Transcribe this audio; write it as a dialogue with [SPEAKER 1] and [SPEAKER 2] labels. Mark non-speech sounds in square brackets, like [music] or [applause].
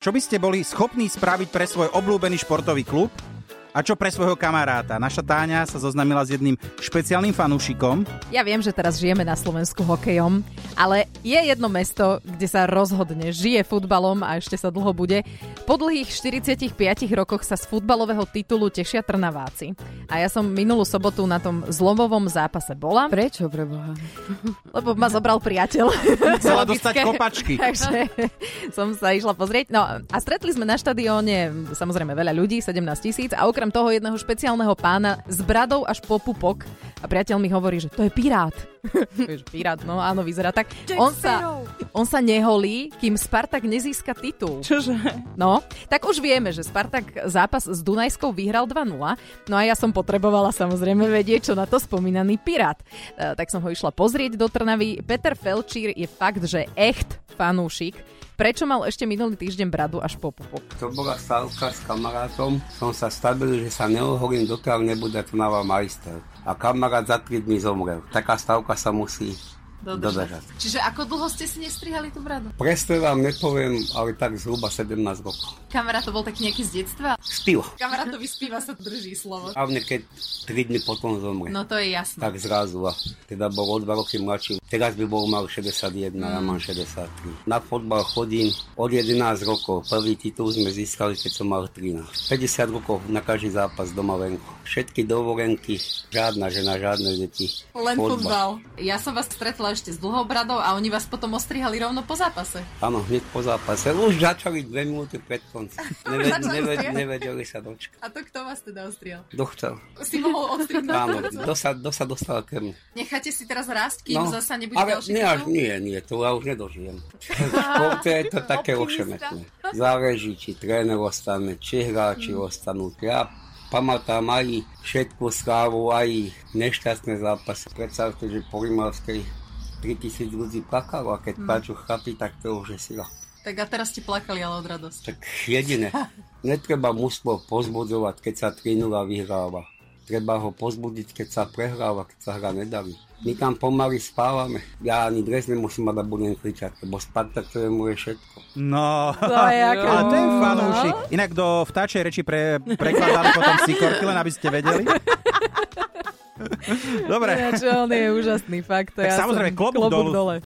[SPEAKER 1] Čo by ste boli schopní spraviť pre svoj obľúbený športový klub? A čo pre svojho kamaráta? Naša Táňa sa zoznamila s jedným špeciálnym
[SPEAKER 2] [laughs]
[SPEAKER 1] fanúšikom.
[SPEAKER 2] Ja viem, že teraz žijeme na Slovensku hokejom, ale je jedno mesto, kde sa rozhodne žije futbalom a ešte sa dlho bude. Po dlhých 45 rokoch sa z futbalového titulu tešia Trnaváci. A ja som minulú sobotu na tom zlomovom zápase bola,
[SPEAKER 3] Prečo preboha?
[SPEAKER 2] lebo ma zobral priateľ. [laughs]
[SPEAKER 1] Chcela dostať
[SPEAKER 2] Logické.
[SPEAKER 1] kopačky.
[SPEAKER 2] Takže som sa išla pozrieť. No a stretli sme na štadióne samozrejme veľa ľudí, 17 tisíc a okrem toho jedného špeciálneho pána s bradou až po pupok. A priateľ mi hovorí, že to je pirát. [laughs] Vieš, pirát, no áno, vyzerá tak. On sa, on sa neholí, kým Spartak nezíska titul.
[SPEAKER 3] Čože?
[SPEAKER 2] No, tak už vieme, že Spartak zápas s Dunajskou vyhral 2-0, no a ja som potrebovala samozrejme vedieť, čo na to spomínaný Pirát. E, tak som ho išla pozrieť do Trnavy. Peter Felčír je fakt, že echt fanúšik. Prečo mal ešte minulý týždeň bradu až po pupok?
[SPEAKER 4] To bola stavka s kamarátom. Som sa stabil, že sa neohorím, dokiaľ nebude Trnava majster. A kamarát za 3 dní zomrel. Taká stavka sa musí dodržať.
[SPEAKER 5] Čiže ako dlho ste si nestrihali tú bradu?
[SPEAKER 4] Presne vám nepoviem, ale tak zhruba 17 rokov.
[SPEAKER 5] Kamarát to bol tak nejaký z detstva?
[SPEAKER 4] Spil.
[SPEAKER 5] Kamarátovi spíva sa drží slovo.
[SPEAKER 4] A keď 3 dní potom zomrel.
[SPEAKER 5] No to je jasné.
[SPEAKER 4] Tak zrazu a teda bol o dva roky mladší. Teraz by bol mal 61, ja mám
[SPEAKER 5] Mm.
[SPEAKER 4] 63. Na fotbal chodím od 11 rokov. Prvý titul sme získali, keď som mal 13. 50 rokov na každý zápas doma venku. Všetky dovolenky, žiadna žena, žiadne deti.
[SPEAKER 5] Len futbal. Ja som vás stretla ešte s dlhou bradou a oni vás potom ostrihali rovno po zápase.
[SPEAKER 4] Áno, hneď po zápase. Už začali dve minúty pred
[SPEAKER 5] [laughs]
[SPEAKER 4] koncom. Neved,
[SPEAKER 5] Začali
[SPEAKER 4] neved,
[SPEAKER 5] ste.
[SPEAKER 4] nevedeli sa dočkať.
[SPEAKER 5] A to kto vás teda ostrihal?
[SPEAKER 4] Dochcel.
[SPEAKER 5] Si mohol ostrihnúť
[SPEAKER 1] [laughs]
[SPEAKER 4] Áno,
[SPEAKER 5] dokonca?
[SPEAKER 4] kto sa, kto sa dostal ke mne.
[SPEAKER 5] [laughs] Necháte si teraz rásť, kým
[SPEAKER 1] No.
[SPEAKER 5] zasa nebude
[SPEAKER 4] No, ale
[SPEAKER 5] ďalší
[SPEAKER 4] nie, až,
[SPEAKER 5] titul?
[SPEAKER 4] nie, nie, to ja už
[SPEAKER 5] [laughs]
[SPEAKER 4] nedožijem. V športe je to také ošemetné. Záleží, či tréner ostane, či hráči
[SPEAKER 5] Hmm.
[SPEAKER 4] ostanú. Ja pamätám aj všetku slávu, aj nešťastné zápasy. Predstavte, že po Rimavskej 3000 ľudí plakalo a keď
[SPEAKER 5] Hmm.
[SPEAKER 4] plačú chlapi, tak to už je sila.
[SPEAKER 5] Tak a teraz ste plakali, ale od radosti.
[SPEAKER 4] Tak jediné, netreba mužstvo pozbudzovať, keď sa 3 vyhráva. Treba ho pozbudiť, keď sa prehráva, keď sa hra nedarí. My tam pomaly spávame. Ja ani dres nemusím mať a budem kričať, lebo Spartak to je moje všetko.
[SPEAKER 1] No, [laughs]
[SPEAKER 2] je aké-
[SPEAKER 1] a ten fanúšik. Inak do vtáčej reči pre, prekladali potom sikorky, len aby ste
[SPEAKER 2] [laughs]
[SPEAKER 1] vedeli. Dobre.
[SPEAKER 2] Ináč, on je úžasný fakt.
[SPEAKER 1] Tak
[SPEAKER 2] ja
[SPEAKER 1] samozrejme,
[SPEAKER 2] som
[SPEAKER 1] klobúk dolu.
[SPEAKER 2] dole.